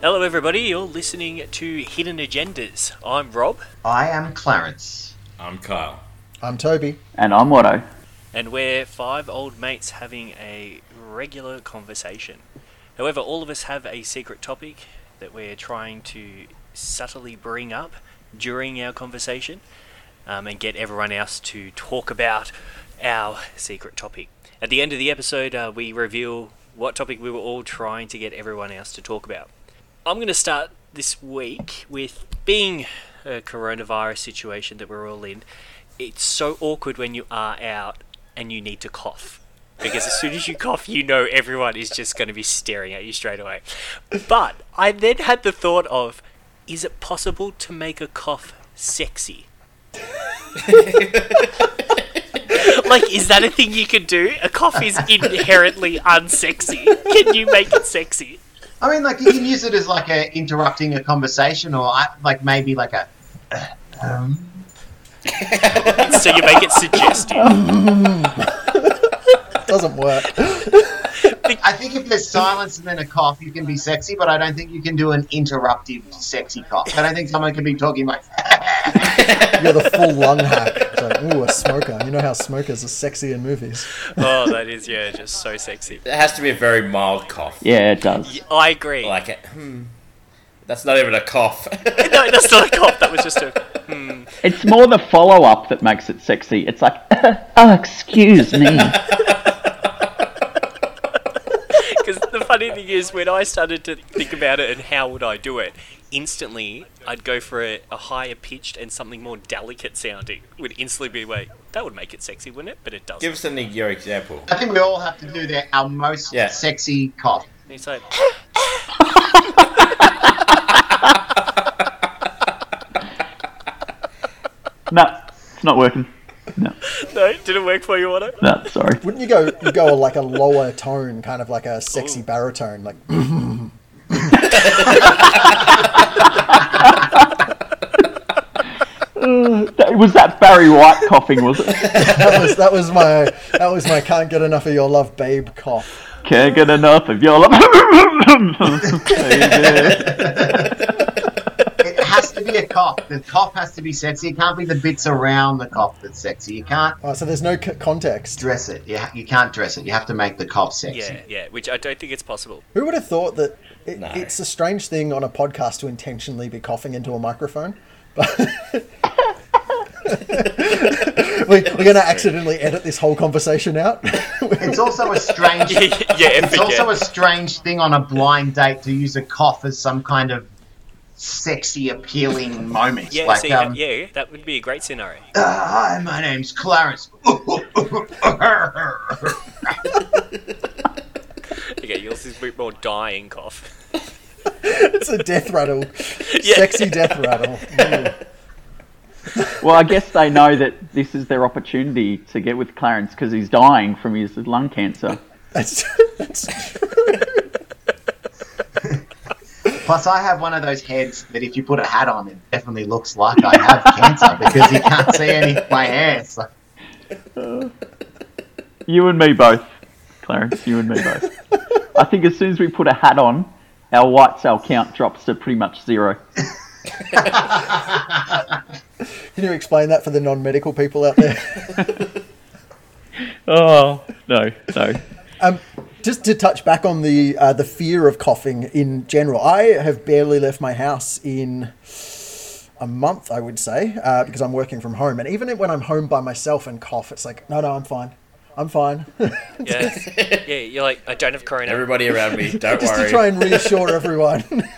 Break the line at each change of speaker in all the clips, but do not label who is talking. Hello, everybody. You're listening to Hidden Agendas. I'm Rob,
I am Clarence.
I'm Kyle.
I'm Toby.
And I'm Watto.
and we're five old mates having a regular conversation. However, all of us have a secret topic that we're trying to subtly bring up during our conversation um, and get everyone else to talk about our secret topic. At the end of the episode, uh, we reveal what topic we were all trying to get everyone else to talk about. I'm going to start this week with being a coronavirus situation that we're all in. It's so awkward when you are out and you need to cough. Because as soon as you cough, you know everyone is just going to be staring at you straight away. But I then had the thought of is it possible to make a cough sexy? like, is that a thing you can do? A cough is inherently unsexy. Can you make it sexy?
I mean, like you can use it as like a interrupting a conversation, or I- like maybe like a. Um,
So you make it suggestive.
Doesn't work.
I think if there's silence and then a cough, you can be sexy, but I don't think you can do an interruptive sexy cough. I don't think someone can be talking like.
You're the full lung hack. It's like, ooh, a smoker. You know how smokers are sexy in movies.
Oh, that is yeah, just so sexy.
It has to be a very mild cough.
Yeah, it does.
Yeah, I agree.
Like it. Hmm. That's not even a cough.
no, that's not a cough. That was just a. Hmm.
It's more the follow up that makes it sexy. It's like, oh, excuse me.
Because the funny thing is, when I started to think about it and how would I do it, instantly I'd go for a, a higher pitched and something more delicate sounding. Would instantly be like that would make it sexy, wouldn't it? But it doesn't.
Give us an, your example.
I think we all have to do their our most
Yeah.
sexy cough.
And it's like
no, it's not working. No,
no, it didn't work for you, Otto.
no, sorry.
Wouldn't you go you go like a lower tone, kind of like a sexy baritone, like
That- Was that Barry White coughing, was it?
that was that was my that was my can't get enough of your love babe cough.
Can't get enough of your love.
It has to be a cough. The cough has to be sexy. It can't be the bits around the cough that's sexy. You can't
Oh, so there's no c- context.
dress it. You, ha- you can't dress it. You have to make the cough sexy.
Yeah, yeah. Which I don't think it's possible.
Who would have thought that it,
No.
it's a strange thing on a podcast to intentionally be coughing into a microphone? But we, we're going to accidentally edit this whole conversation out.
It's also a strange.
yeah,
It's also a strange thing on a blind date to use a cough as some kind of sexy, appealing moment.
yeah,
like,
see,
um,
yeah, that would be a great scenario.
"Ah, hi, my name's Clarence.
Okay, yours is a bit more dying cough.
it's a death rattle, sexy death rattle.
well, I guess they know that this is their opportunity to get with Clarence because he's dying from his lung cancer.
That's, that's true.
Plus, I have one of those heads that if you put a hat on, it definitely looks like I have cancer because you can't see any of my hair. So.
You and me both, Clarence. You and me both. I think as soon as we put a hat on, our white cell count drops to pretty much zero.
Can you explain that for the non-medical people out there?
Oh no, no.
Just to touch back on the uh, the fear of coughing in general, I have barely left my house in a month, I would say, uh, because I'm working from home. And even when I'm home by myself and cough, it's like, no, no, I'm fine. I'm fine.
Yeah, yeah. You're like, I don't have corona.
Everybody around me, don't
Just to
worry.
try and reassure everyone.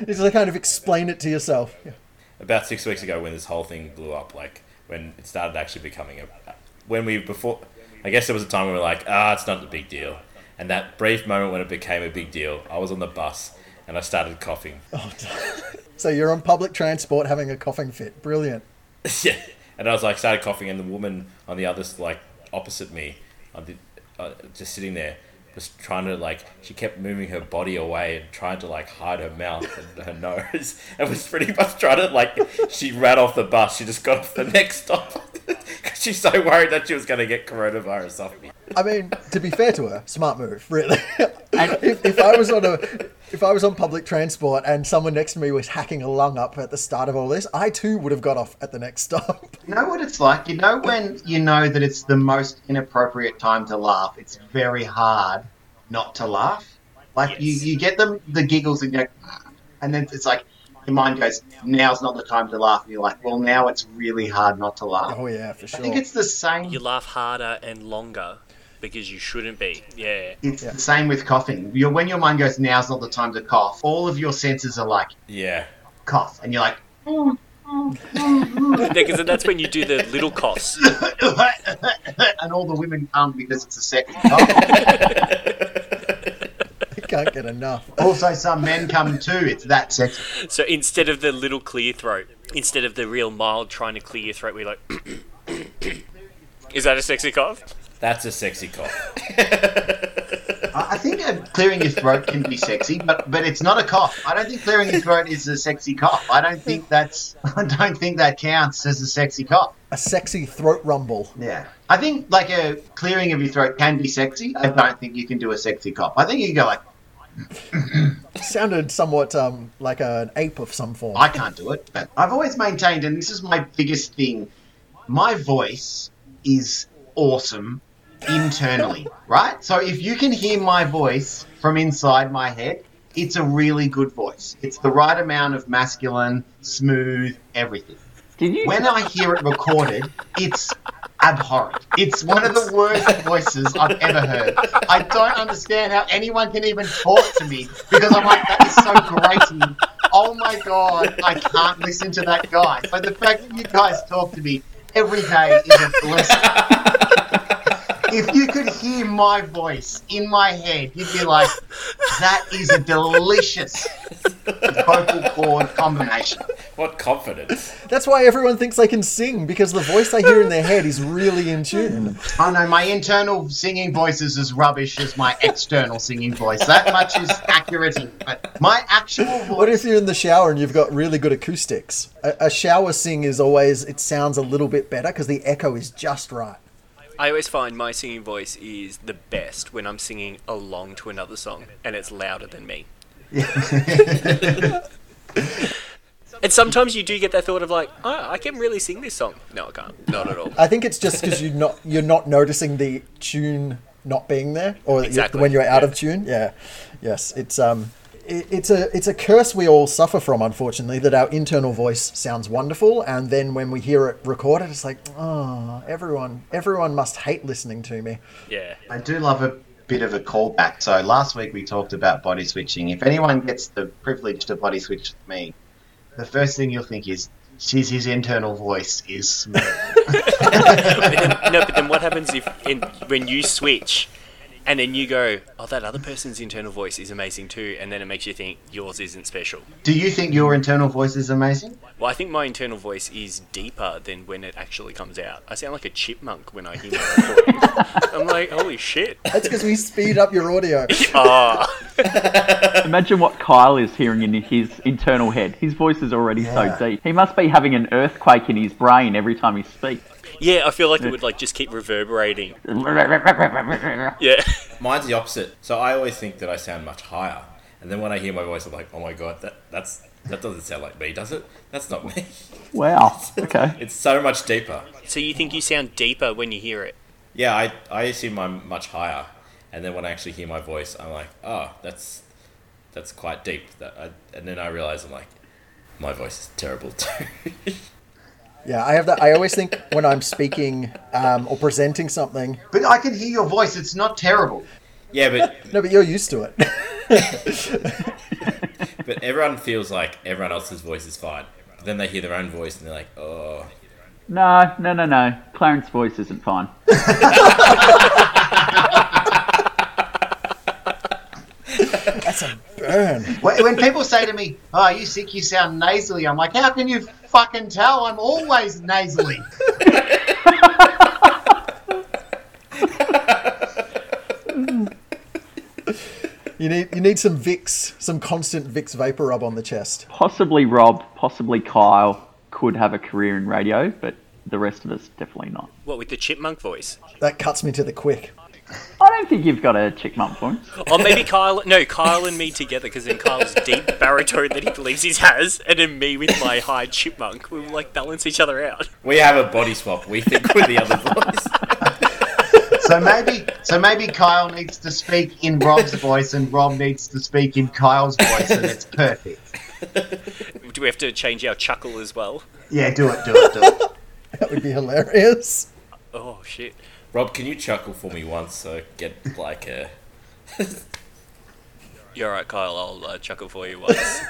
It's like kind of explain it to yourself.
About six weeks ago, when this whole thing blew up, like when it started actually becoming a, when we before, I guess there was a time when we were like, ah, it's not a big deal. And that brief moment when it became a big deal, I was on the bus and I started coughing.
So you're on public transport having a coughing fit. Brilliant.
Yeah, and I was like started coughing, and the woman on the other s- like opposite me, on the, uh, just sitting there, was trying to like she kept moving her body away and trying to like hide her mouth and her nose, and was pretty much trying to like she ran off the bus. She just got off the next stop because she's so worried that she was going to get coronavirus off me.
I mean, to be fair to her, smart move, really. if, if I was on a if I was on public transport and someone next to me was hacking a lung up at the start of all this, I too would have got off at the next stop.
You know what it's like? You know when you know that it's the most inappropriate time to laugh, it's very hard not to laugh. Like
Yes.
you, you get them the giggles and you go, "Ah," and then it's like your mind goes, Now's not the time to laugh and you're like, Well now it's really hard not to laugh.
Oh yeah, for sure.
I think it's the same
You laugh harder and longer because you shouldn't be. Yeah.
it's
Yeah.
the same with coughing. Your when your mind goes, Now's not the time to cough, all of your senses are like
Yeah.
cough and you're like
Because that's when you do the little coughs.
and all the women come because it's a second cough.
I can't get enough.
also some men come too, it's that sexy.
So instead of the little clear throat, instead of the real mild trying to clear your throat, we're like, is that a sexy cough?
That's a sexy cough.
I I think uh, clearing your throat can be sexy, but but it's not a cough. I don't think clearing your throat is a sexy cough. I don't think that's I don't think that counts as a sexy cough.
A sexy throat rumble.
Yeah. I think like a clearing of your throat can be sexy. I don't think you can do a sexy cough. I think you can go like
Sounded somewhat um, like an ape of some form.
I can't do it. But I've always maintained, and this is my biggest thing, my voice is awesome internally, right? So if you can hear my voice from inside my head, it's a really good voice. It's the right amount of masculine, smooth, everything.
Did you?
When I hear it recorded, it's abhorrent. It's one of the worst voices I've ever heard. I don't understand how anyone can even talk to me because I'm like, that is so grating. Oh my god, I can't listen to that guy. But the fact that you guys talk to me every day is a blessing. If you could hear my voice in my head, you'd be like, that is a delicious vocal cord combination.
What confidence.
That's why everyone thinks they can sing because the voice they hear in their head is really in tune.
Oh no, my internal singing voice is as rubbish as my external singing voice. That much is accurate. But my actual
What
voice.
if you're in the shower and you've got really good acoustics? A, a shower sing is always it sounds a little bit better because the echo is just right.
I always find my singing voice is the best when I'm singing along to another song and it's louder than me. and sometimes you do get that thought of like, oh, I can really sing this song. No, I can't. Not at all.
I think it's just because you're not you're not noticing the tune not being there, or you-
Exactly,
when you're out of tune. Yeah, yes, it's um, it, it's a it's a curse we all suffer from, unfortunately, that our internal voice sounds wonderful, and then when we hear it recorded, it's like, oh, everyone everyone must hate listening to me.
Yeah.
I do love a bit of a callback. So last week we talked about body switching. If anyone gets the privilege to body switch with me, the first thing you'll think is, "Geez, his internal voice is smooth."
No, but then what happens if in, when you switch and then you go, oh, that other person's internal voice is amazing too, and then it makes you think yours isn't special.
Do you think your internal voice is amazing?
Well, I think my internal voice is deeper than when it actually comes out. I sound like a chipmunk when I hear my recording. I'm like, holy shit.
That's because we speed up your audio.
Ah,
Imagine what Kyle is hearing in his internal head. His voice is already so deep. He must be having an earthquake in his brain every time he speaks.
yeah. I feel like it would like just keep reverberating. Yeah,
Mine's the opposite. So I always think that I sound much higher. And then when I hear my voice, I'm like, oh my god, that, that's, that doesn't sound like me, does it? That's not me.
Wow. Okay.
It's so much deeper.
so you think you sound deeper when you hear it?
Yeah, I, I assume I'm much higher, and then when I actually hear my voice, I'm like, oh, that's that's quite deep. That I, and then I realize I'm like, my voice is terrible too.
Yeah, I have that. I always think when I'm speaking um, or presenting something.
But I can hear your voice. It's not terrible.
yeah, but
No, but you're used to it.
but everyone feels like everyone else's voice is fine. But then they hear their own voice and they're like, oh,
No, no, no, no. Clarence's voice isn't fine.
That's a burn.
When when people say to me, "Oh, you sick? You sound nasally," I'm like, "How can you fucking tell? I'm always nasally."
You need you need some Vicks, some constant Vicks vapor rub on the chest.
Possibly Rob, possibly Kyle could have a career in radio, but the rest of us definitely not.
What with the chipmunk voice?
That cuts me to the quick.
I don't think you've got a chick mum voice.
Or maybe Kyle. No, Kyle and me together, because then Kyle's deep baritone that he believes he has, and then me with my high chipmunk. We'll like balance each other out.
We have a body swap. We think we're the other voice.
So maybe, so maybe Kyle needs to speak in Rob's voice, and Rob needs to speak in Kyle's voice, and it's perfect.
Do we have to change our chuckle as well?
Yeah, do it, do it, do it.
That would be hilarious.
Oh shit!
Rob, can you chuckle for me once so I get like a.
You're right, Kyle. I'll uh, chuckle for you once.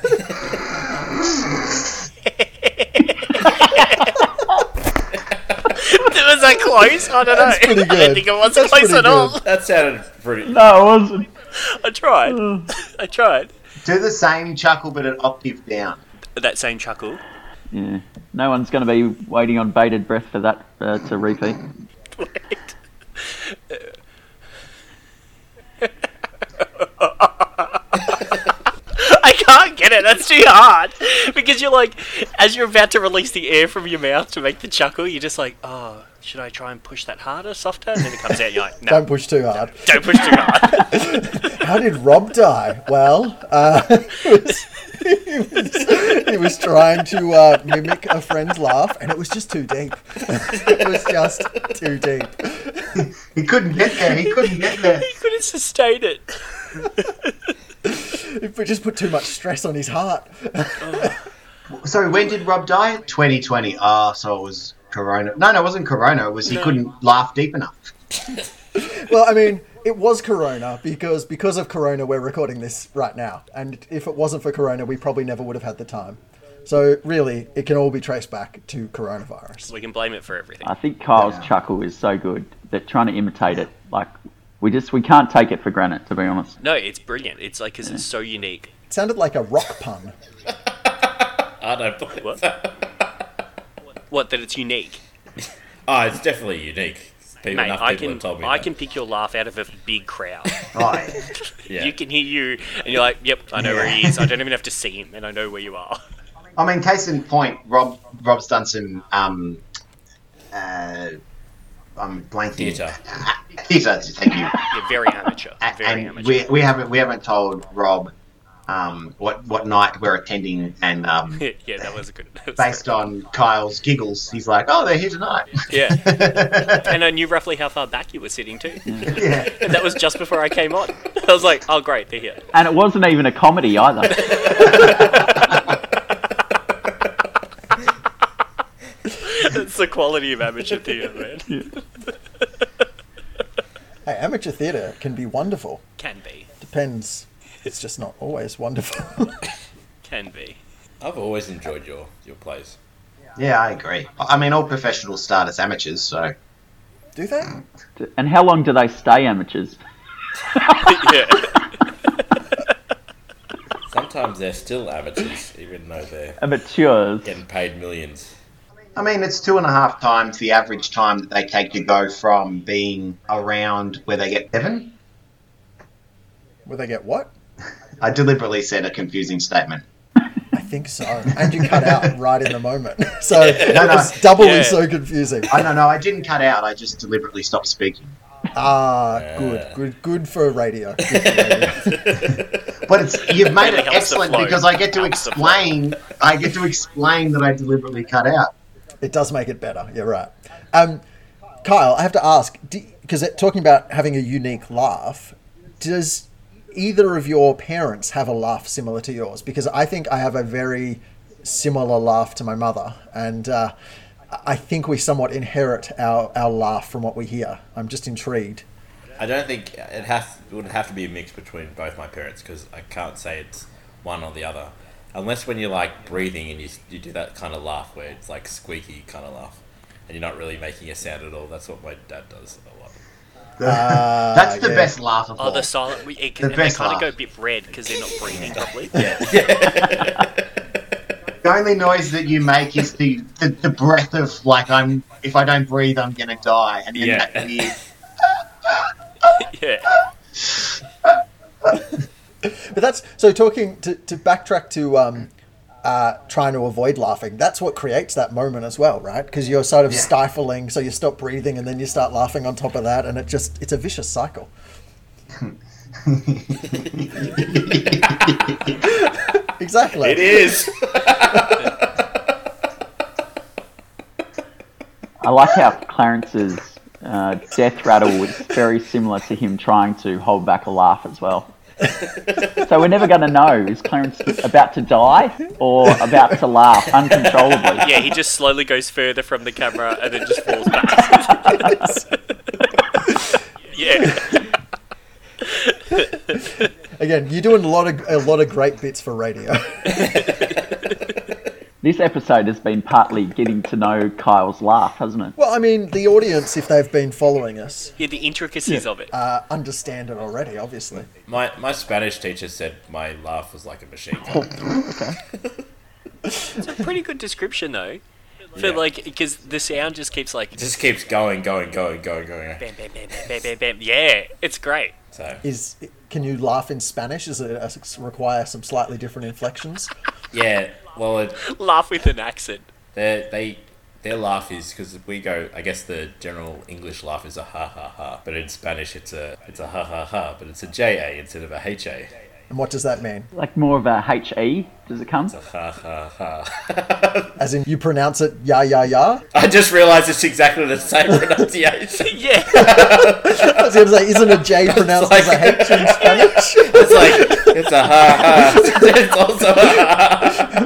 was that close? I don't know.
That's pretty
I
good.
don't think it was
That's
close
pretty
at all.
That sounded pretty.
No, it wasn't.
I tried.
Mm.
I tried.
Do the same chuckle, but an octave down.
That same chuckle.
Yeah. No one's going to be waiting on bated breath for that uh, to repeat.
Wait. I can't get it. That's too hard. Because you're like, as you're about to release the air from your mouth to make the chuckle, you're just like, oh, should I try and push that harder, softer? And then it comes out. You're like, no,
Don't push too hard.
don't push too hard.
How did Rob die? Well, uh, it was- he, was, he was trying to uh, mimic a friend's laugh, and it was just too deep. it was just too deep.
He couldn't get there. He couldn't get there.
he couldn't sustain it.
It just put too much stress on his heart.
Sorry, when did Rob die? 2020. Ah, so it was Corona. No, no, it wasn't Corona. It was he couldn't laugh deep enough.
Well, I mean, it was Corona because because of Corona, we're recording this right now, and if it wasn't for Corona, we probably never would have had the time. So really, it can all be traced back to coronavirus.
We can blame it for everything.
Uh,
I think Kyle's chuckle is so good that trying to imitate it, like, we just we can't take it for granted, to be honest.
No, it's brilliant. It's like, because it's so unique.
It sounded like a rock pun.
I don't believe
What?
that.
What, that it's unique?
Oh, it's definitely unique. People,
Mate,
enough
I
people
can
have told me.
I
that.
can pick your laugh out of a big crowd.
Right.
Yeah.
You can hear you, and you're like, "Yep, I know where he is. I don't even have to see him, and I know where you are."
I mean, case in point, Rob Rob's done some. Um, uh, I'm blanking.
Theatre.
Uh, theatre. Thank you.
You're very amateur.
A-
Very
and
amateur.
we, we haven't we haven't told Rob um, what what night we're attending, and um,
yeah, that was a good. that was
based
good.
on Kyle's giggles, he's like, "Oh, they're here tonight."
Yeah, and I knew roughly how far back you were sitting too.
yeah.
and that was just before I came on. I was like, "Oh, great, they're here."
And it wasn't even a comedy either.
That's the quality of amateur theatre, man.
Hey, amateur theatre can be wonderful.
Can be,
Depends. It's just not always wonderful.
can be.
I've always enjoyed your your plays.
Yeah, I agree. I mean, all professionals start as amateurs, so
Do they?
and how long do they stay amateurs?
Yeah,
Sometimes they're still amateurs, even though they're
Amateurs.
getting paid millions.
I mean, it's two and a half times the average time that they take to go from being around where they get seven.
Will they get what?
I deliberately said a confusing statement.
I think so. And you cut out right in the moment. So it
no.
was doubly
Yeah.
so confusing.
I don't know. I didn't cut out. I just deliberately stopped speaking.
Ah, good, good, good for radio. Good for radio.
But it's you've made
Really
it
helps the
excellent
flow.
because I get to
Helps the flow.
explain. I get to explain that I deliberately cut out.
It does make it better. You're right. Um, Kyle, I have to ask because talking about having a unique laugh, does either of your parents have a laugh similar to yours? Because I think I have a very similar laugh to my mother, and uh, I think we somewhat inherit our, our laugh from what we hear. I'm just intrigued.
I don't think it has it would have to be a mix between both my parents because I can't say it's one or the other, unless when you're like breathing and you you do that kind of laugh where it's like squeaky kind of laugh, and you're not really making a sound at all. That's what my dad does a lot.
Uh, That's the
uh, yeah.
best laugh of
oh,
all.
the silent. we- It,
The
and they
best
kind of
laugh.
go a bit red because they're not breathing properly.
The only noise that you make is the, the, the breath of like I'm if I don't breathe I'm gonna die and then
Yeah.
that weird
Yeah.
But that's so talking to, to backtrack to um, uh, trying to avoid laughing. That's what creates that moment as well, right? Because you're sort of
Yeah.
stifling, so you stop breathing, and then you start laughing on top of that, and it just it's a vicious cycle. Exactly.
It is.
I like how Clarence's uh, death rattle was very similar to him trying to hold back a laugh as well. so we're never going to know is Clarence about to die or about to laugh uncontrollably.
Yeah, he just slowly goes further from the camera and then just falls back. yeah.
Again, you're doing a lot of a lot of great bits for radio.
This episode has been partly getting to know Kyle's laugh, hasn't it?
well, I mean, the audience, if they've been following us,
Yeah, the intricacies of it.
uh, understand it already. Obviously,
My my Spanish teacher said my laugh was like a machine gun.
It's a pretty good description, though. For
Yeah.
like, because the sound just keeps like
It just keeps going, going, going, going, going.
bam, bam, bam, bam, bam, bam, bam. Yeah, it's great.
So
is can you laugh in Spanish? Does it uh, require some slightly different inflections?
yeah, well, it,
Laugh with an accent.
their they their laugh is because we go. I guess the general English laugh is a ha ha ha, but in Spanish it's a it's a ha ha ha, but it's a J A instead of a H A.
And what does that mean?
Like more of a HE, does it come?
Ha ha ha.
As in, you pronounce it ya ya ya?
I just realised it's exactly the same pronunciation.
Yeah,
I was going to say, isn't a J pronounced as a H in Spanish?
It's like it's a ha ha. It's also a ha. ha.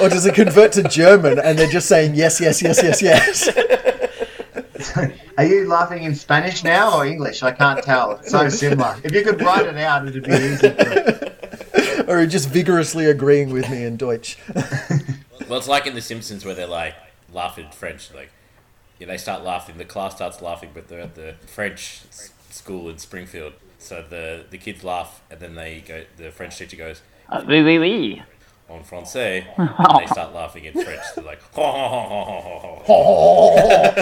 Or does it convert to German and they're just saying yes, yes, yes, yes, yes?
Are you laughing in Spanish now or English? I can't tell. It's so similar. If you could write it out, it'd be easy. For
Or are you just vigorously agreeing with me in Deutsch?
Well, it's like in The Simpsons where they're like laugh in French, like yeah, they start laughing. The class starts laughing, but they're at the French s- school in Springfield, so the the kids laugh, and then they go. The French teacher goes
Uh, oui, oui, oui.
en français, and they start laughing in French. They're like, ho, ho, ho, ho, ho, ho, ho, ho.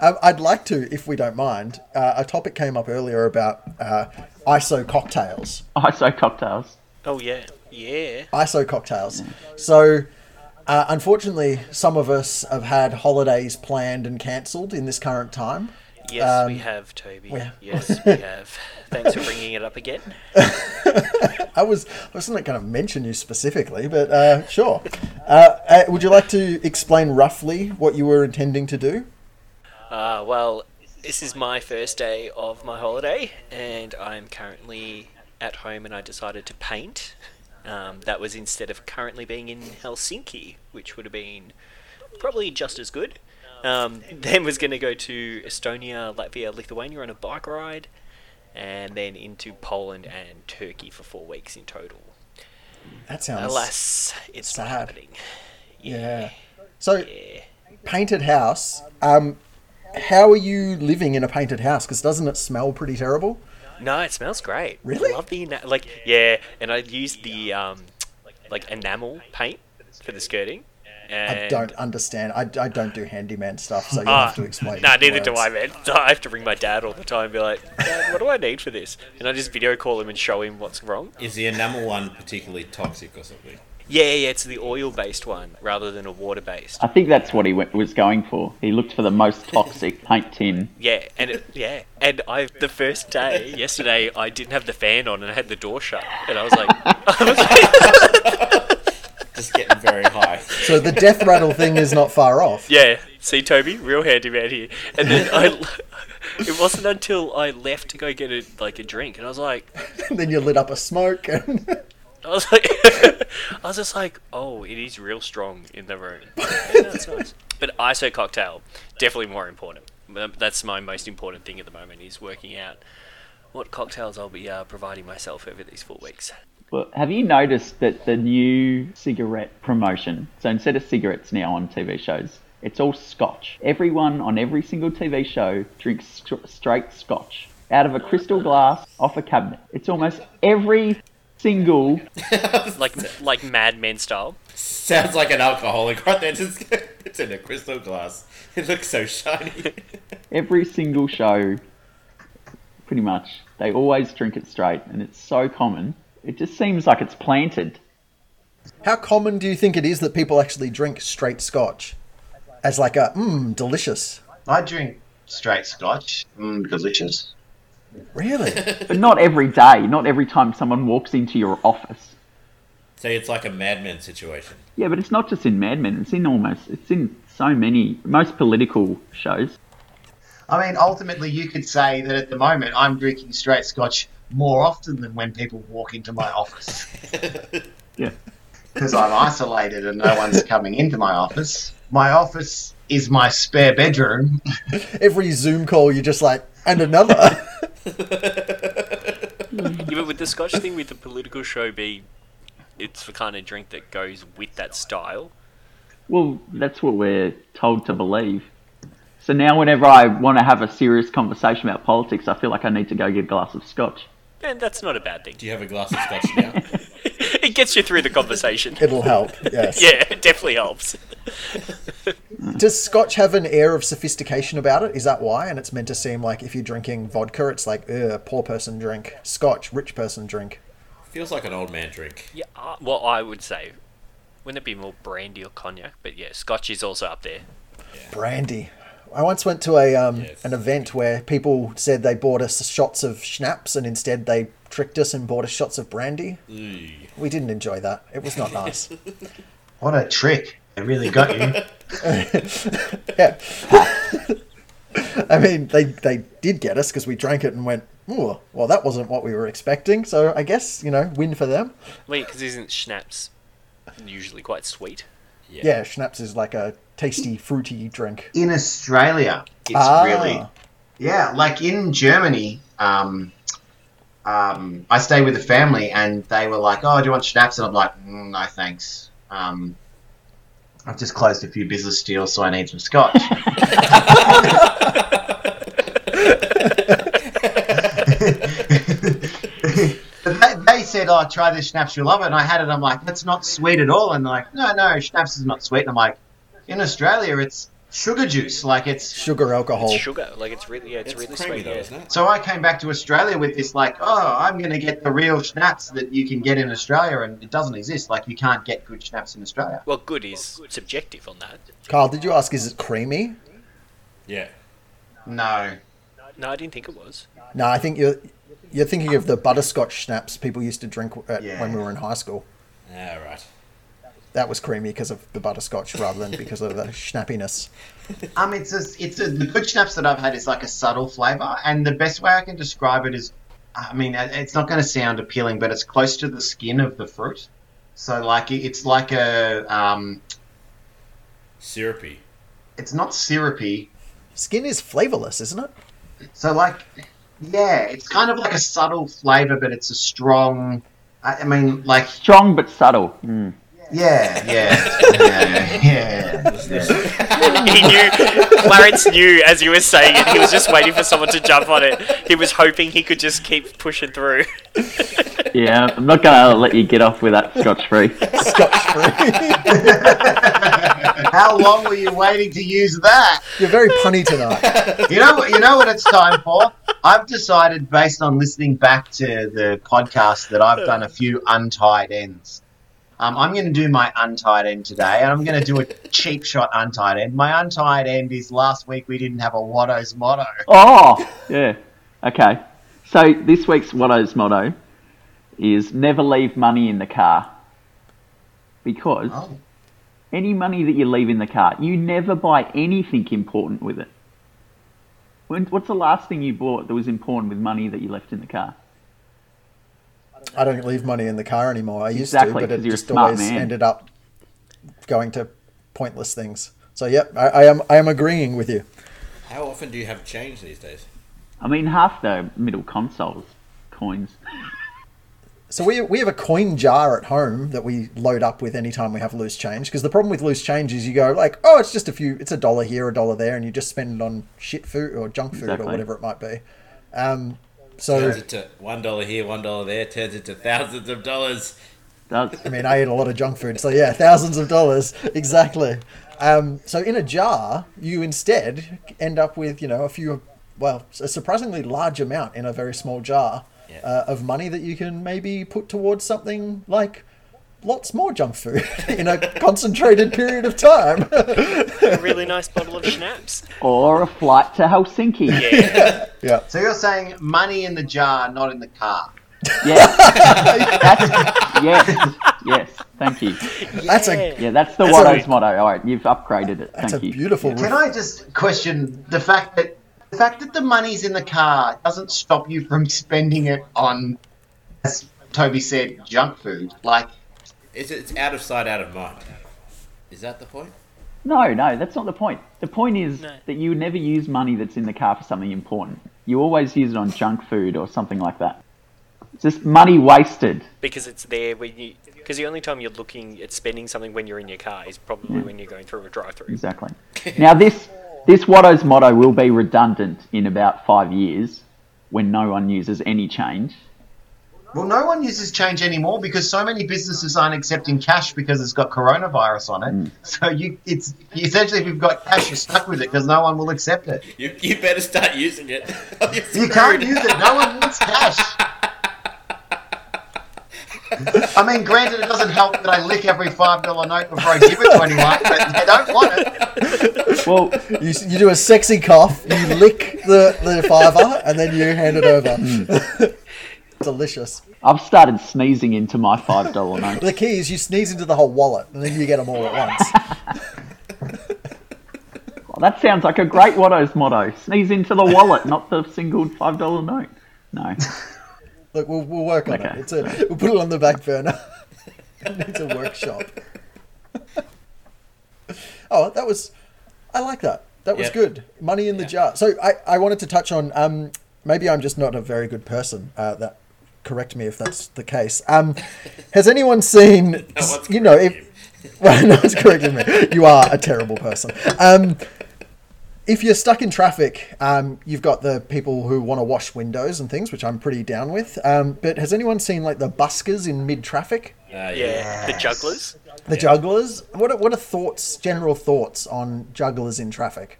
Um, I'd like to, if we don't mind, uh, a topic came up earlier about uh, ISO cocktails.
ISO cocktails.
oh yeah, yeah.
ISO cocktails. So, uh, unfortunately, some of us have had holidays planned and cancelled in this current time.
Yes, we have, Toby.
yeah.
Yes, we have. Thanks for bringing it up again.
I was I wasn't going to mention you specifically, but uh, sure. Uh, uh, would you like to explain roughly what you were intending to do?
Uh, well, this is my first day of my holiday, and I'm currently at home, and I decided to paint. Um, that was instead of currently being in Helsinki, which would have been probably just as good. Um, then was going to go to Estonia, Latvia, Lithuania on a bike ride, and then into Poland and Turkey for four weeks in total.
That sounds
Alas, it's
sad.
not happening.
yeah. So
Yeah.
painted house. Um, how are you living in a painted house? Because doesn't it smell pretty terrible?
No, it smells great.
Really?
I love the ena- like yeah, and I used the um like enamel paint for the skirting. And
I don't understand. I, I don't do handyman stuff, so you
Ah,
have to explain.
Nah, neither do
words.
I, man. So I have to ring my dad all the time and be like, "Dad, what do I need for this? And I just video call him and show him what's wrong.
Is the enamel one particularly toxic or something?
Yeah, yeah, it's the oil based one rather than a water based.
I think that's what he went, was going for. He looked for the most toxic paint tin.
Yeah, and it, yeah, and I the first day yesterday I didn't have the fan on and I had the door shut and I was like, I was like
Just getting very high.
So the death rattle thing is not far off.
Yeah, see Toby, real handyman here. And then I, it wasn't until I left to go get a like a drink, and I was like,
then you lit up a smoke. And
I was like, I was just like, oh, it is real strong in the room. Yeah, that's nice. But ISO cocktail, definitely more important. Um, That's my most important thing at the moment is working out what cocktails I'll be uh, providing myself over these four weeks.
Well, have you noticed that the new cigarette promotion? So instead of cigarettes now on TV shows, it's all scotch. Everyone on every single TV show drinks str- straight scotch out of a crystal glass off a cabinet. It's almost every single.
Like like Mad Men style.
Sounds like an alcoholic right there. Just, it's in a crystal glass. It looks so shiny.
Every single show, pretty much, they always drink it straight, and it's so common. It just seems like it's planted.
How common do you think it is that people actually drink straight scotch? As like a mmm, delicious.
I drink straight scotch. Mm, delicious.
Really?
But not every day, not every time someone walks into your office.
So it's like a madman situation.
Yeah, but it's not just in Mad Men. It's in almost. It's in so many most political shows.
I mean, ultimately, you could say that at the moment I'm drinking straight scotch more often than when people walk into my office
Yeah,
because I'm isolated and no one's coming into my office. My office is my spare bedroom.
Every Zoom call, you're just like, and another.
Yeah, but with the Scotch thing, with the political show be, it's the kind of drink that goes with that style.
Well, that's what we're told to believe. So now, whenever I want to have a serious conversation about politics, I feel like I need to go get a glass of scotch.
And that's not a bad thing.
Do you have a glass of scotch now?
It gets you through the conversation.
It'll help. Yes.
Yeah, it definitely helps.
Does scotch have an air of sophistication about it? Is that why? And it's meant to seem like if you're drinking vodka, it's like, ugh, poor person drink. Scotch, rich person drink.
Feels like an old man drink.
Yeah, uh, well, I would say, wouldn't it be more brandy or cognac? But yeah, Scotch is also up there.
Brandy. I once went to a um,
Yes.
an event where people said they bought us shots of schnapps, and instead they tricked us and bought us shots of brandy. We didn't enjoy that. It was not nice.
What a trick! They really got you.
yeah. I mean, they they did get us because we drank it and went, oh, well, that wasn't what we were expecting. So I guess you know, win for them.
Wait, because isn't schnapps usually quite sweet?
Yeah, schnapps is like a tasty, fruity drink.
In Australia, it's
Ah.
really Oh. yeah. Like in Germany, um, um, I stayed with the family, and they were like, "Oh, do you want schnapps?" And I'm like, mm, "No, thanks. Um, I've just closed a few business deals, so I need some scotch." But they, they said, "Oh, try this schnapps, you'll love it." And I had it. I'm like, "That's not sweet at all." And they're like, "No, no, schnapps is not sweet." And I'm like, "In Australia, it's sugar juice. Like it's."
Sugar alcohol.
It's sugar, like it's really, yeah, it's, really sweet. yeah.
it?
So I came back to Australia with this, like, "Oh, I'm going to get the real schnapps that you can get in Australia, and it doesn't exist. Like you can't get good schnapps in Australia."
Well, good is subjective on that.
Carl, did you ask? Is it creamy?
Yeah.
No.
No, I didn't think it was.
No, I think you're you're thinking of the butterscotch schnapps people used to drink at,
Yeah.
when we were in high school.
Ah, right.
That was creamy because of the butterscotch rather than because of the schnappiness.
Um, it's a, it's a, the good schnapps that I've had is like a subtle flavour, and the best way I can describe it is, I mean, it- it's not going to sound appealing, but it's close to the skin of the fruit. So like, it- it's like a, um,
Syrupy.
it's not syrupy.
Skin is flavorless, isn't it?
So like, yeah, it's kind of like a subtle flavour, but it's a strong. I, I mean, like,
Strong but subtle. Mm.
yeah, yeah, yeah, yeah. yeah.
He knew, Clarence knew as you were saying it, he was just waiting for someone to jump on it. He was hoping he could just keep pushing through.
Yeah, I'm not gonna let you get off with that scotch free.
Scotch free.
How long were you waiting to use that?
you're very punny tonight.
You know, you know what it's time for. I've decided, based on listening back to the podcast, that I've done a few untied ends. Um, I'm going to do my untied end today, and I'm going to do a cheap shot untied end. My untied end is last week we didn't have a Watto's motto.
Oh, yeah. Okay. So this week's Watto's motto is never leave money in the car. Because
Oh,
any money that you leave in the car, you never buy anything important with it. When, what's the last thing you bought that was important with money that you left in the car?
I don't leave money in the car anymore. I used
Exactly,
to, but
'cause
it
you're a
just
smart
always
man.
ended up going to pointless things. So yep, I, I am I am agreeing with you.
How often do you have change these days?
I mean, half the middle consoles coins.
So we we have a coin jar at home that we load up with anytime we have loose change. Because the problem with loose change is you go like, oh, it's just a few, it's a dollar here, a dollar there, and you just spend it on shit food or junk food
Exactly.
or whatever it might be. Um, so
Turns into one dollar here, one dollar there. Turns into thousands of dollars.
That's,
I mean, I eat a lot of junk food, so yeah, thousands of dollars exactly. Um, so in a jar, you instead end up with you know a few, well, a surprisingly large amount in a very small jar
Yeah.
uh, of money that you can maybe put towards something like lots more junk food in a concentrated period of time.
A really nice bottle of schnapps.
Or a flight to Helsinki.
Yeah.
yeah,
So you're saying money in the jar, not in the car.
Yes. That's- yes. Yes. Thank you.
that's a
Yeah, that's the
That's
Watto's
a-
motto. All right, you've upgraded it.
that's
Thank
a
you.
beautiful.
Can I just question the fact that the fact that the money's in the car doesn't stop you from spending it on, as Toby said, junk food? Like,
It's, it's out of sight, out of mind. Is that the point?
No, no, that's not the point. The point is
No.
that you never use money that's in the car for something important. You always use it on junk food or something like that. It's just money wasted.
Because it's there when you. Because the only time you're looking at spending something when you're in your car is probably when you're going through a drive-through.
Exactly. now this this Watto's motto will be redundant in about five years when no one uses any change.
well, no one uses change anymore because so many businesses aren't accepting cash because it's got coronavirus on it. So you, it's essentially if you've got cash, you're stuck with it because no one will accept it.
You, you better start using it. You're
You
screwed.
can't use it. No one needs cash. I mean, granted, it doesn't help that I lick every five dollar note before I give it to anyone, but they don't want it.
Well,
You, you do a sexy cough, you lick the, the fiver, and then you hand it over. Delicious.
I've started sneezing into my five dollar note.
The key is you sneeze into the whole wallet, and then you get them all at once.
Well, that sounds like a great Watto's motto. Sneeze into the wallet, not the single five dollar note. No.
Look, we'll, we'll work on
Okay.
it. It's a, we'll put it on the back burner. it's a workshop. oh, that was. I like that. That was
Yeah.
good. Money in the jar. So I, I wanted to touch on. Um, maybe I'm just not a very good person. Uh, that correct me if that's the case. Um, has anyone seen?
one's
you know,
correcting
if well, no one's correcting me. You are a terrible person. Um, if you're stuck in traffic, um, you've got the people who want to wash windows and things, which I'm pretty down with. Um, but has anyone seen like the buskers in mid-traffic?
Uh,
Yeah. The
Yes.
jugglers.
The jugglers. What are, what are thoughts? General thoughts on jugglers in traffic?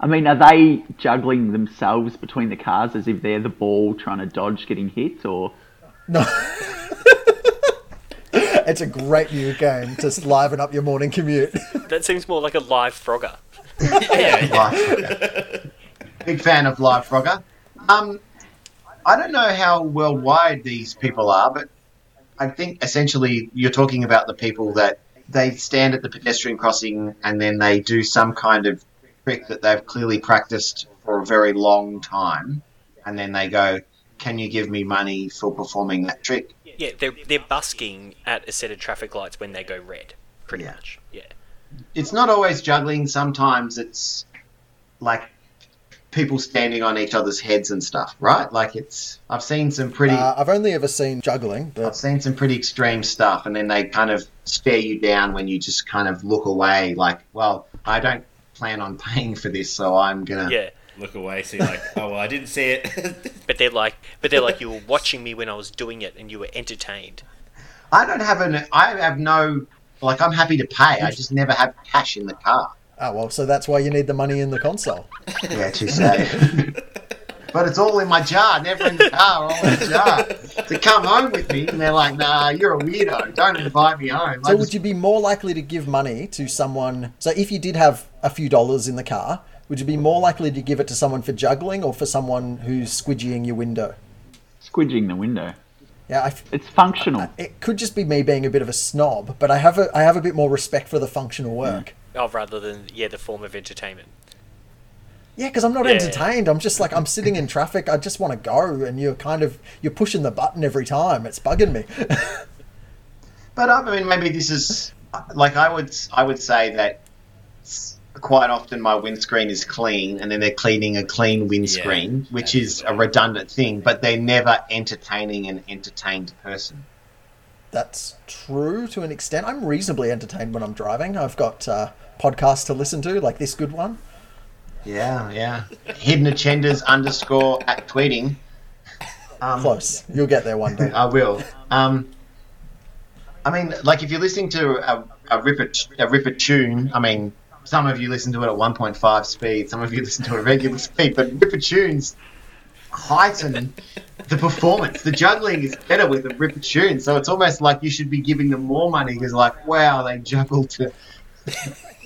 I mean, are they juggling themselves between the cars as if they're the ball trying to dodge getting hit, or
No. it's a great new game to liven up your morning commute.
That seems more like a live Frogger.
Big fan of Live Frogger. Um, I don't know how worldwide these people are, but I think essentially you're talking about the people that they stand at the pedestrian crossing and then they do some kind of trick that they've clearly practiced for a very long time, and then they go, "Can you give me money for performing that trick?"
Yeah, they're they're busking at a set of traffic lights when they go red. Pretty
Yeah.
much. Yeah.
it's not always juggling. Sometimes it's like people standing on each other's heads and stuff, right? Like it's I've seen some pretty
Uh, I've only ever seen juggling,
I've
but
seen some pretty extreme stuff, and then they kind of stare you down when you just kind of look away, like, well, I don't plan on paying for this, so I'm gonna.
Yeah.
Look away, see, like, oh, well, I didn't see it.
But they're like but they're like you were watching me when I was doing it and you were entertained.
I don't have an. I have no. Like I'm happy to pay. I just never have cash in the car.
oh well. So that's why you need the money in the console.
Yeah, too sad. but it's all in my jar, never in the car, all in the jar. To come home with me, and they're like, nah, you're a weirdo. Don't invite me home. I
So
just-
would you be more likely to give money to someone? So if you did have a few dollars in the car, would you be more likely to give it to someone for juggling or for someone who's squidgying your window?
squidging the window?
Yeah, I f
It's functional.
it could just be me being a bit of a snob, but I have a I have a bit more respect for the functional work.
Oh, rather than yeah, the form of entertainment.
Yeah, because I'm not
Yeah.
entertained. I'm just like I'm sitting in traffic. I just want to go, and you're kind of you're pushing the button every time. It's bugging me.
But I mean, maybe this is like I would I would say that s- quite often my windscreen is clean, and then they're cleaning a clean windscreen,
Yeah,
which is a
absolutely.
redundant thing. But they're never entertaining an entertained person.
That's true to an extent. I'm reasonably entertained when I'm driving. I've got uh, podcasts to listen to, like this good one.
Yeah, yeah. Hidden agendas underscore at tweeting. Um,
Close. You'll get there one day.
I will. Um, I mean, like if you're listening to a a ripper a ripper tune. I mean, some of you listen to it at 1.5 speed, some of you listen to it at regular speed, but ripper tunes heighten the performance. The juggling is better with a ripper tune, so it's almost like you should be giving them more money because, like, wow, they juggled to.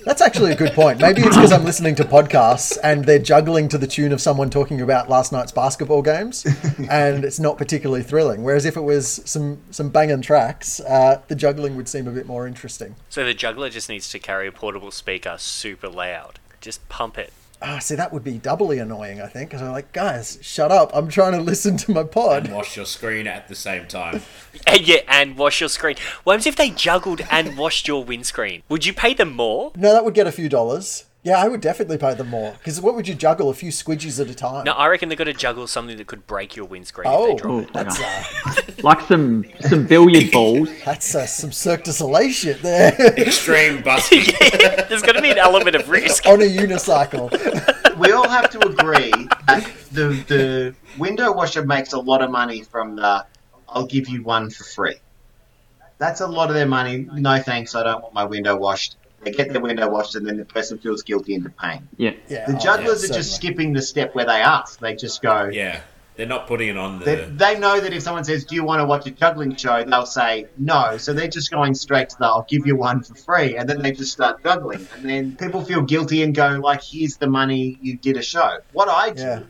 That's actually a good point. Maybe it's because I'm listening to podcasts and they're juggling to the tune of someone talking about last night's basketball games, and it's not particularly thrilling. Whereas if it was some some banging tracks, uh, the juggling would seem a bit more interesting.
So the juggler just needs to carry a portable speaker super loud. Just pump it.
Ah, see, that would be doubly annoying, I think, because I'm like, guys, shut up! I'm trying to listen to my pod.
Wash your screen at the same time.
And yeah, and wash your screen. Worms, if they juggled and washed your windscreen, would you pay them more?
No, that would get a few dollars. Yeah, I would definitely pay them more. Because what would you juggle? A few squidgies at a time.
No, I reckon they've got to juggle something that could break your windscreen if
Oh,
they drop it.
that's uh,
Like some some billiard balls.
that's uh, some Cirque du Soleil shit there
Extreme busting.
There's got to be an element of risk.
on a unicycle.
We all have to agree that the the window washer makes a lot of money from the "I'll give you one for free." That's a lot of their money. No thanks, I don't want my window washed. They get their window washed, and then the person feels guilty into paying.
Yeah.
Yeah,
The
oh,
jugglers are
yeah,
just
certainly.
skipping the step where they ask. They just go.
Yeah, they're not putting it on the.
They, they know that if someone says, "Do you want to watch a juggling show?" they'll say no. So they're just going straight to the "I'll give you one for free," and then they just start juggling, and then people feel guilty and go like, "Here's the money. You did a show." What I do,
Yeah.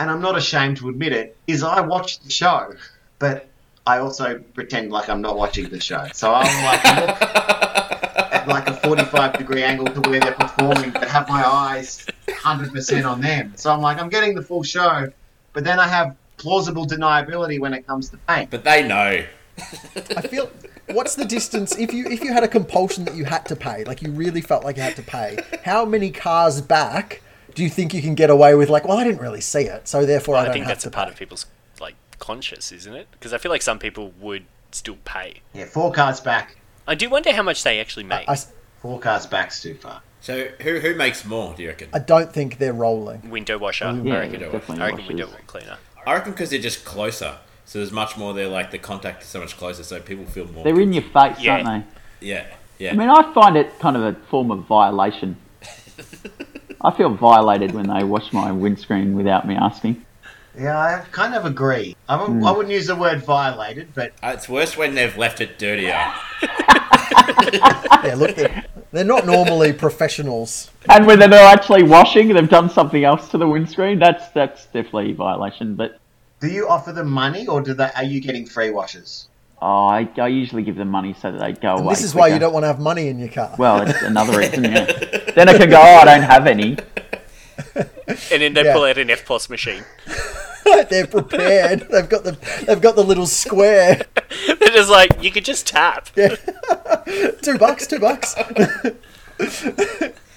and I'm not ashamed to admit it, is I watch the show, but I also pretend like I'm not watching the show. So I'm like. look At like a 45 degree angle to where they're performing, but have my eyes 100% on them. So I'm like, I'm getting the full show, but then I have plausible deniability when it comes to paint.
But they know.
I feel. What's the distance if you if you had a compulsion that you had to pay, like you really felt like you had to pay? How many cars back do you think you can get away with? Like, well, I didn't really see it, so therefore I
I
don't
think
have
that's
to
a part
pay.
of people's like conscience, isn't it? Because I feel like some people would still pay.
Yeah, four cards back.
I do wonder how much they actually make.
I, s-
Four cards back's too far.
So who who makes more? Do you reckon?
I don't think they're rolling.
window washer.
Mm-hmm.
Yeah,
I reckon.
it
definitely
I reckon window
washes.
cleaner.
I reckon because they're just closer. So there's much more. They're like the contact is so much closer, so people feel more.
They're in your face,
Yeah.
aren't they?
Yeah, yeah.
I mean, I find it kind of a form of violation. I feel violated when they wash my windscreen without me asking.
Yeah, I kind of agree. I wouldn't, I wouldn't use the word violated, but
Uh, it's worse when they've left it dirtier.
Yeah, look, they're, they're not normally professionals.
And when they're not actually washing, they've done something else to the windscreen. That's that's definitely a violation. But
do you offer them money or do they, are you getting free washes?
oh, I, I usually give them money so that they go
And
away.
this is why you
quicker.
don't want to have money in your car.
Well, it's another reason. Yeah. then I can go. Oh, I don't have any.
And then they
Yeah.
pull out an FPOS machine.
they're prepared. They've got the they've got the little square.
They're just like, you could just tap.
Two bucks, two bucks.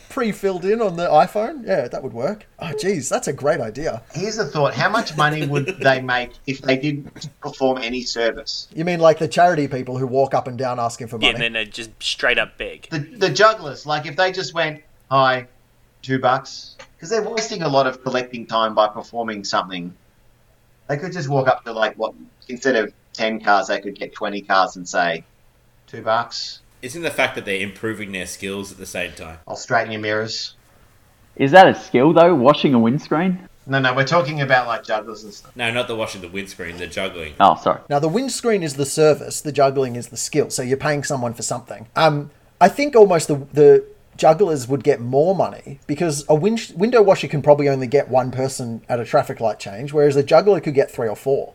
Pre-filled in on the iPhone. Yeah, that would work. Oh, geez, that's a great idea.
Here's the thought how much money would they make if they didn't perform any service?
You mean like the charity people who walk up and down asking for
Yeah, and
money?
then they just straight up beg.
The, the jugglers, like if they just went, hi, two bucks, because they're wasting a lot of collecting time by performing something. They could just walk up to like what, instead of 10 cars, they could get 20 cars and say, two bucks,
Isn't the fact that they're improving their skills at the same time?
I'll straighten your mirrors.
Is that a skill though? Washing a windscreen?
No, no, we're talking about like jugglers and stuff.
No, not the washing the windscreen. The juggling.
Oh, sorry.
Now, the windscreen is the service, the juggling is the skill. So you're paying someone for something. Um, I think almost the, the jugglers would get more money because a win- window washer can probably only get one person at a traffic light change, whereas a juggler could get three or four.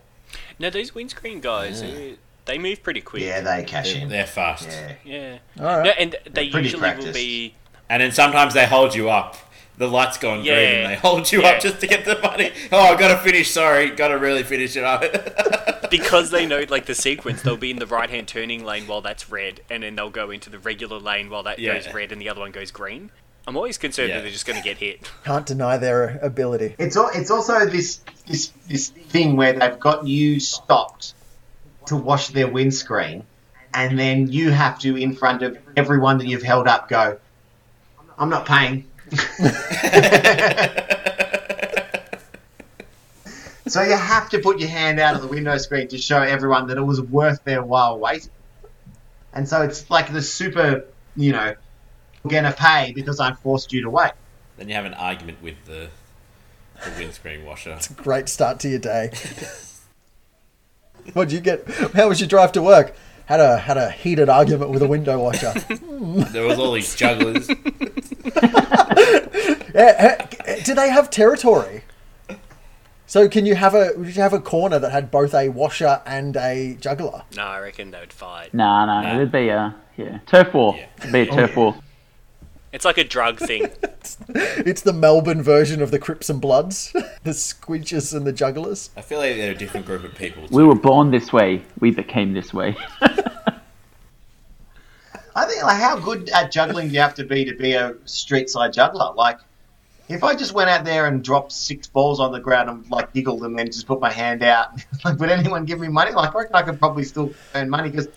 No, those windscreen guys, eh, they move pretty quick.
Yeah, they cash in.
They're fast.
Yeah.
Yeah.
right.
No, and they
pretty
usually will
practiced.
be.
And then sometimes they hold you up. The light's gone
Yeah.
green, and they hold you
Yeah.
up just to get the money. Oh, I've got to finish. Sorry, got to really finish it up.
Because they know, like, the sequence, they'll be in the right hand turning lane while that's red, and then they'll go into the regular lane while that
Yeah.
goes red and the other one goes green. I'm always concerned
Yeah.
that they're just going to get hit.
Can't deny their ability.
It's al- it's also this this this thing where they've got you stopped to wash their windscreen, and then you have to, in front of everyone that you've held up, go, "I'm not paying." so you have to put your hand out of the window screen to show everyone that it was worth their while waiting. And so it's like the super you know, you're going to pay because I forced you to wait.
Then you have an argument with the, the windscreen washer.
Great start to your day. What'd you get? How was your drive to work? Had a had a heated argument with a window washer.
There was all these jugglers.
Eh, eh, Do they have territory? So can you have a would you have a corner that had both a washer and a juggler?
No, I reckon they would fight.
Nah, nah,
Nah.
it'd be a yeah turf war.
Yeah.
It'd be a turf war.
It's like a drug thing.
It's the Melbourne version of the Crips and Bloods, the Squidges and the Jugglers.
I feel like they're a different group of people.
We were born this way. We became this way.
I think like how good at juggling do you have to be to be a street side juggler? Like, if I just went out there and dropped six balls on the ground and like giggled and then just put my hand out, like, would anyone give me money? Like, I reckon I could probably still earn money because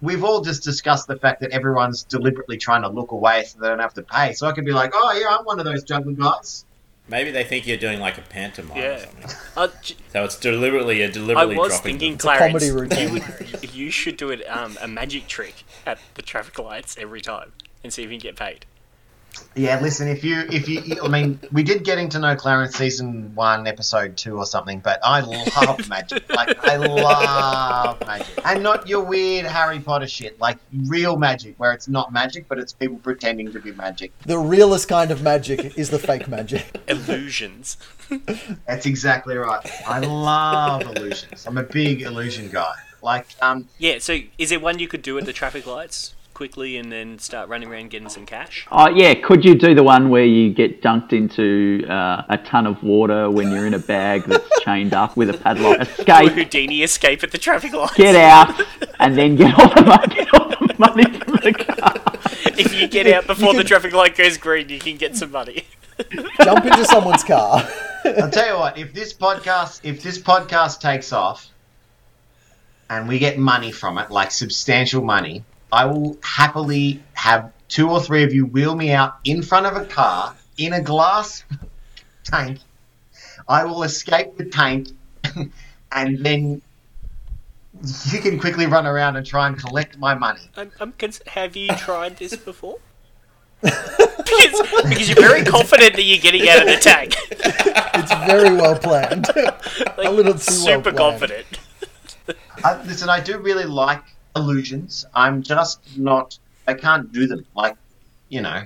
we've all just discussed the fact that everyone's deliberately trying to look away so they don't have to pay. So I could be like, oh yeah, I'm one of those juggling guys.
Maybe they think you're doing like a pantomime or
Yeah.
something.
I, j-
So it's deliberately, you
I
deliberately
was
dropping
thinking,
them.
Clarence,
comedy routine.
you would, you should do it um, a magic trick at the traffic lights every time and see if you can get paid.
Yeah, listen, if you if you, I mean, we did getting to know Clarence season one, episode two, or something. But I love magic. Like I love magic, and not your weird Harry Potter shit. Like real magic, where it's not magic, but it's people pretending to be magic.
The realest kind of magic is the fake magic.
Illusions.
That's exactly right. I love illusions. I'm a big illusion guy. Like, um,
Yeah, so is there one you could do at the traffic lights quickly and then start running around getting some cash?
Oh yeah, could you do the one where you get dunked into uh, a ton of water when you're in a bag that's chained up with a padlock?
Or
Escape,
Houdini escape at the traffic lights?
get out, and then get all the money, get all the money from the car.
If you get out before the traffic light goes green, you can get some money.
Jump into someone's car.
I'll tell you what. If this podcast, if this podcast takes off, and we get money from it, like substantial money, I will happily have two or three of you wheel me out in front of a car in a glass tank. I will escape the tank, and then you can quickly run around and try and collect my money.
I'm, I'm cons- have you tried this before? because, because you're very confident that you're getting out of the tank.
It's very well planned.
Like,
A little too well
super
planned.
confident.
I, listen, I do really like illusions. I'm just not. I can't do them. Like, you know,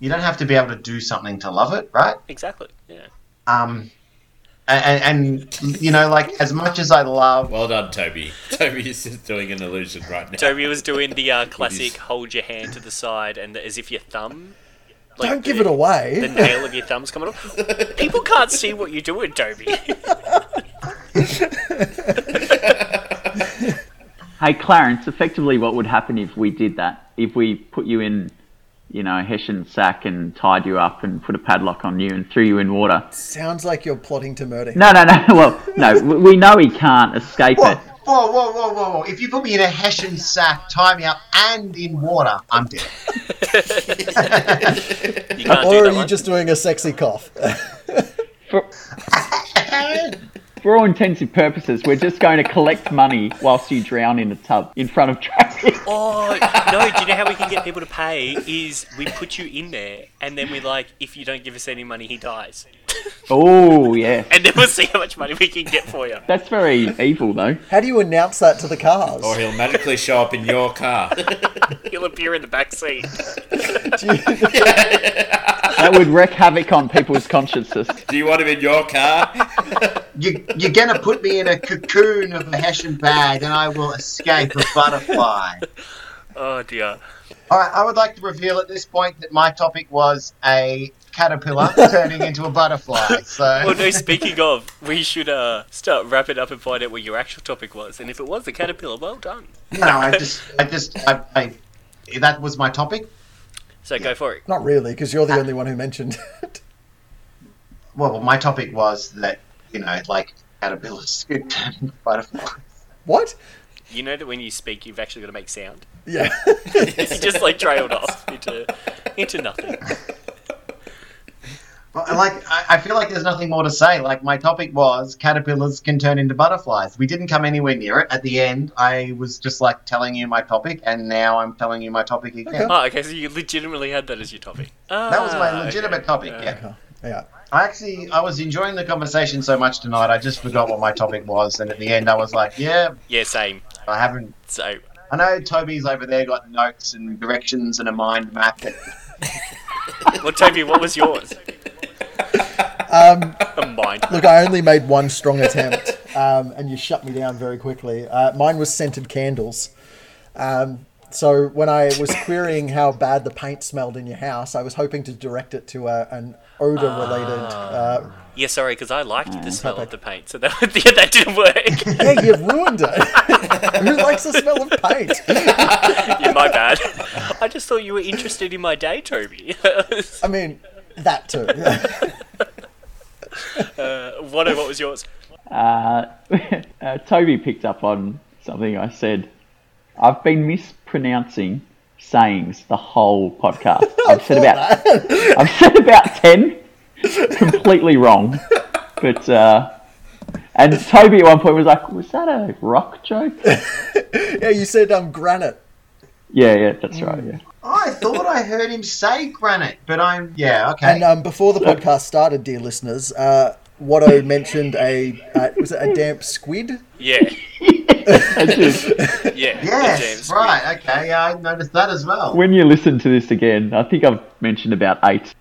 you don't have to be able to do something to love it, right?
Exactly. Yeah.
Um, and, and you know, like as much as I love,
Well done, Toby. Toby is just doing an illusion right now.
Toby was doing the uh, classic hold your hand to the side and the, as if your thumb. Like
Don't
the,
give it away.
The nail of your thumb's coming off. People can't see what you're doing, Toby.
Hey Clarence, effectively, what would happen if we did that? If we put you in, you know, a Hessian sack and tied you up and put a padlock on you and threw you in water?
Sounds like you're plotting to murder. him.
No, no, no. Well, no, we we know he can't escape
whoa,
it.
whoa, whoa, whow whoa, whoa! If you put me in a hessian sack, tie me up, and in water, I'm dead.
You can't do
Or
that
are you
one.
just doing a sexy cough?
For, for all intents and purposes, we're just going to collect money whilst you drown in a tub in front of traffic.
Oh no! Do you know how we can get people to pay? Is we put you in there, and then we like, if you don't give us any money, he dies,
Oh, yeah.
and then we'll see how much money we can get for you.
That's very evil, though.
How do you announce that to the cars?
Oh,
Or he'll magically show up in your car.
He'll appear in the back seat.
Do you-
That would wreak havoc on people's consciences.
Do you want him in your car?
You, you're gonna put me in a cocoon of a hessian bag, and I will escape a butterfly.
Oh dear.
All right, I would like to reveal at this point that my topic was a caterpillar turning into a butterfly. So,
Well, no. Speaking of, we should uh, start wrapping up and find out what your actual topic was, and if it was the caterpillar, well done.
no, I just, I just, I, I, that was my topic.
So go for it.
Not really, because you're the only one who mentioned it.
Well, my topic was that you know, like caterpillars could turn into butterflies.
What?
You know that when you speak, you've actually got to make sound.
Yeah.
You just like trailed off into into nothing.
Well, like I I feel like there's nothing more to say. Like my topic was caterpillars can turn into butterflies. We didn't come anywhere near it. At the end, I was just like telling you my topic, and now I'm telling you my topic again.
Okay.
Oh, okay, so you legitimately had that as your topic.
That was
Ah,
my
okay.
legitimate topic.
Uh,
Yeah.
Yeah.
I actually I was enjoying the conversation so much tonight. I just forgot what my topic was, and at the end, I was like, yeah,
Yeah, same.
I haven't.
So,
I know Toby's over there got notes and directions and a mind map. But
well, Toby, what was yours?
Um,
Um, Mine.
Look, I only made one strong attempt, um, and you shut me down very quickly. Uh, mine was scented candles. Um, so when I was querying how bad the paint smelled in your house, I was hoping to direct it to a, an odor-related.
Ah.
Uh,
Yeah, sorry, because I liked the smell of the paint, so that, yeah, that didn't work.
yeah, you've ruined it. Who likes the smell of paint?
yeah, my bad. I just thought you were interested in my day, Toby. Uh,
I mean, that too.
What? what was yours?
Uh, uh, Toby picked up on something I said. I've been mispronouncing sayings the whole podcast. I've said about I've said about ten, completely wrong. But uh, and Toby at one point was like, "Was that a rock joke?"
yeah, you said um, granite.
Yeah, yeah, that's right. Yeah.
I thought I heard him say granite, but I'm yeah okay.
And um, before the podcast started, dear listeners, uh, Watto mentioned a uh, was it a damp squid?
Yeah, yeah.
Yes,
James.
right. Okay, yeah, I noticed that as well.
When you listen to this again, I think I've mentioned about eight.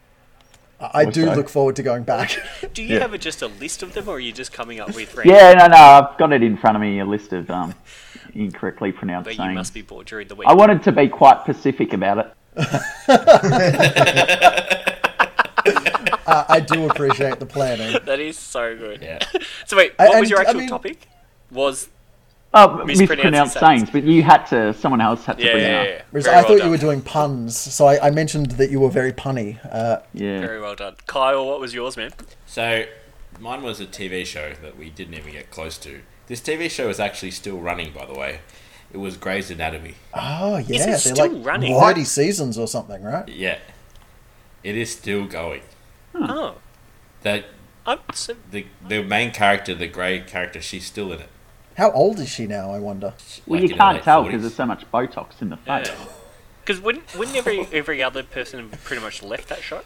I I do
Okay.
look forward to going back.
Do you
Yeah.
have a, just a list of them, or are you just coming up with random?
Yeah, no, no, I've got it in front of me. A list of um, incorrectly pronounced
But you
sayings.
must be bored during the week.
I wanted to be quite specific about it.
Uh, I do appreciate the planning.
that is so good.
Yeah.
So wait, what
I-
was your
I- I
actual
mean-
topic? Was
Oh,
Mispronouncing
mispronounced
sayings.
sayings, but you had to. Someone else had to
yeah,
bring
yeah,
it
yeah.
up.
Whereas
Very
I
well
thought
done.
you were doing puns, so I, I mentioned that you were very punny. Uh,
Yeah.
Very well done, Kyle. What was yours, man?
So, mine was a TV show that we didn't even get close to. This TV show is actually still running, by the way. It was Grey's Anatomy.
oh yeah,
it
they're
still
like
running?
thirty seasons or something, right?
Yeah, it is still going.
Oh,
That
I'm so,
the the main character, the Grey character, she's still in it.
How old is she now? I wonder.
Well,
Like
you
in her
can't
late
tell
40s.
because there's so much Botox in the face.
because wouldn't wouldn't every every other person have pretty much left that show?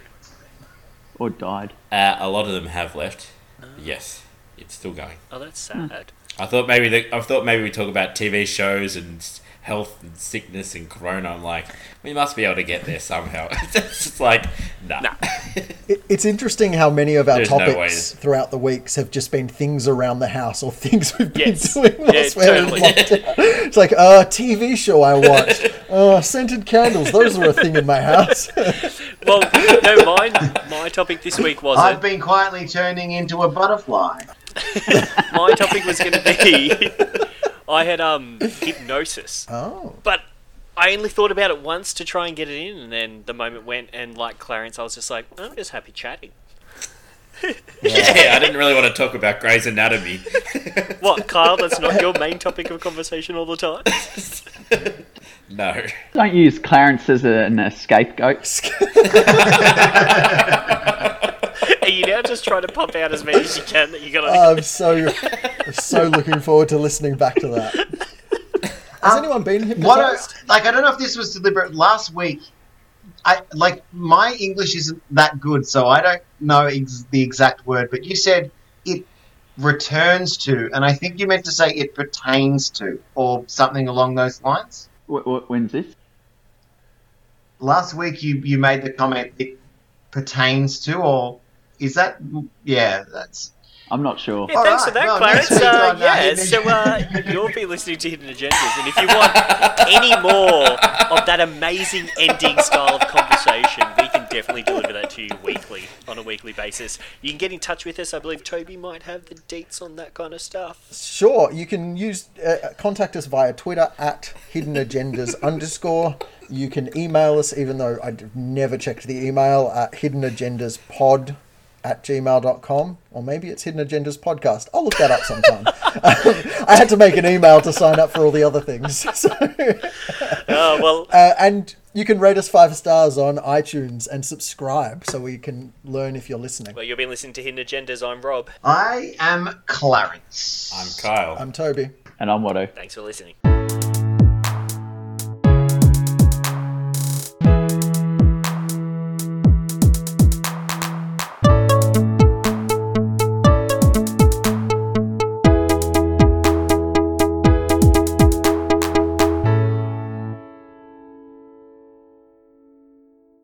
Or died.
Uh, a lot of them have left. Yes, it's still going.
Oh, that's sad.
I thought maybe the, I thought maybe we talk about TV shows and s- health and sickness and corona. I'm like, we must be able to get there somehow. it's just like, nah.
Nah.
It, it's interesting how many of our
There's no
topics
way.
throughout the weeks have just been things around the house or things we've been
Yes.
doing
Yeah,
whilst we're in
totally.
lockdown. It's like, uh, TV show I watched. Uh, scented candles. Those are a thing in my house.
Well, no, mine. My topic this week was
I've
not
been quietly turning into a butterfly.
my topic was going to be. I had um hypnosis.
oh.
but I only thought about it once to try and get it in, and then the moment went, and like Clarence, I was just like, I'm just happy chatting.
Yeah, I didn't really want to talk about Grey's Anatomy.
What, Kyle? That's not your main topic of conversation all the time.
No.
Don't use Clarence as a, an, a scapegoat.
Are you now just trying to pump out as many as you can that you got? On
I'm so, I'm so looking forward to listening back to that. Has anyone been
What
hypnotized?
a, like I don't know if this was deliberate. Last week, I like my English isn't that good, so I don't know ex- the exact word. But you said it returns to, and I think you meant to say it pertains to, or something along those lines.
Wh- wh- When's this?
Last week, you you made the comment it pertains to, or is that yeah? That's
I'm not sure.
yeah, thanks for
alright,
that,
well,
Clarence.
next week
Uh,
on, uh,
yeah,
Hidden
so uh, you'll be listening to Hidden Agendas, and if you want any more of that amazing ending style of conversation, we can definitely deliver that to you weekly, on a weekly basis. You can get in touch with us. I believe Toby might have the dates on that kind of stuff.
Sure, you can use uh, contact us via Twitter at hidden agendas underscore. You can email us, even though I've never checked the email at hidden agendas pod at gmail.com, or maybe it's hidden agendas podcast. I'll look that up sometime. I had to make an email to sign up for all the other things. So,
Oh, well,
uh, and you can rate us five stars on iTunes and subscribe so we can learn if you're listening.
well, you've been listening to Hidden Agendas. I'm Rob.
I am Clarence.
I'm Kyle.
I'm Toby.
And I'm Watto.
Thanks for listening.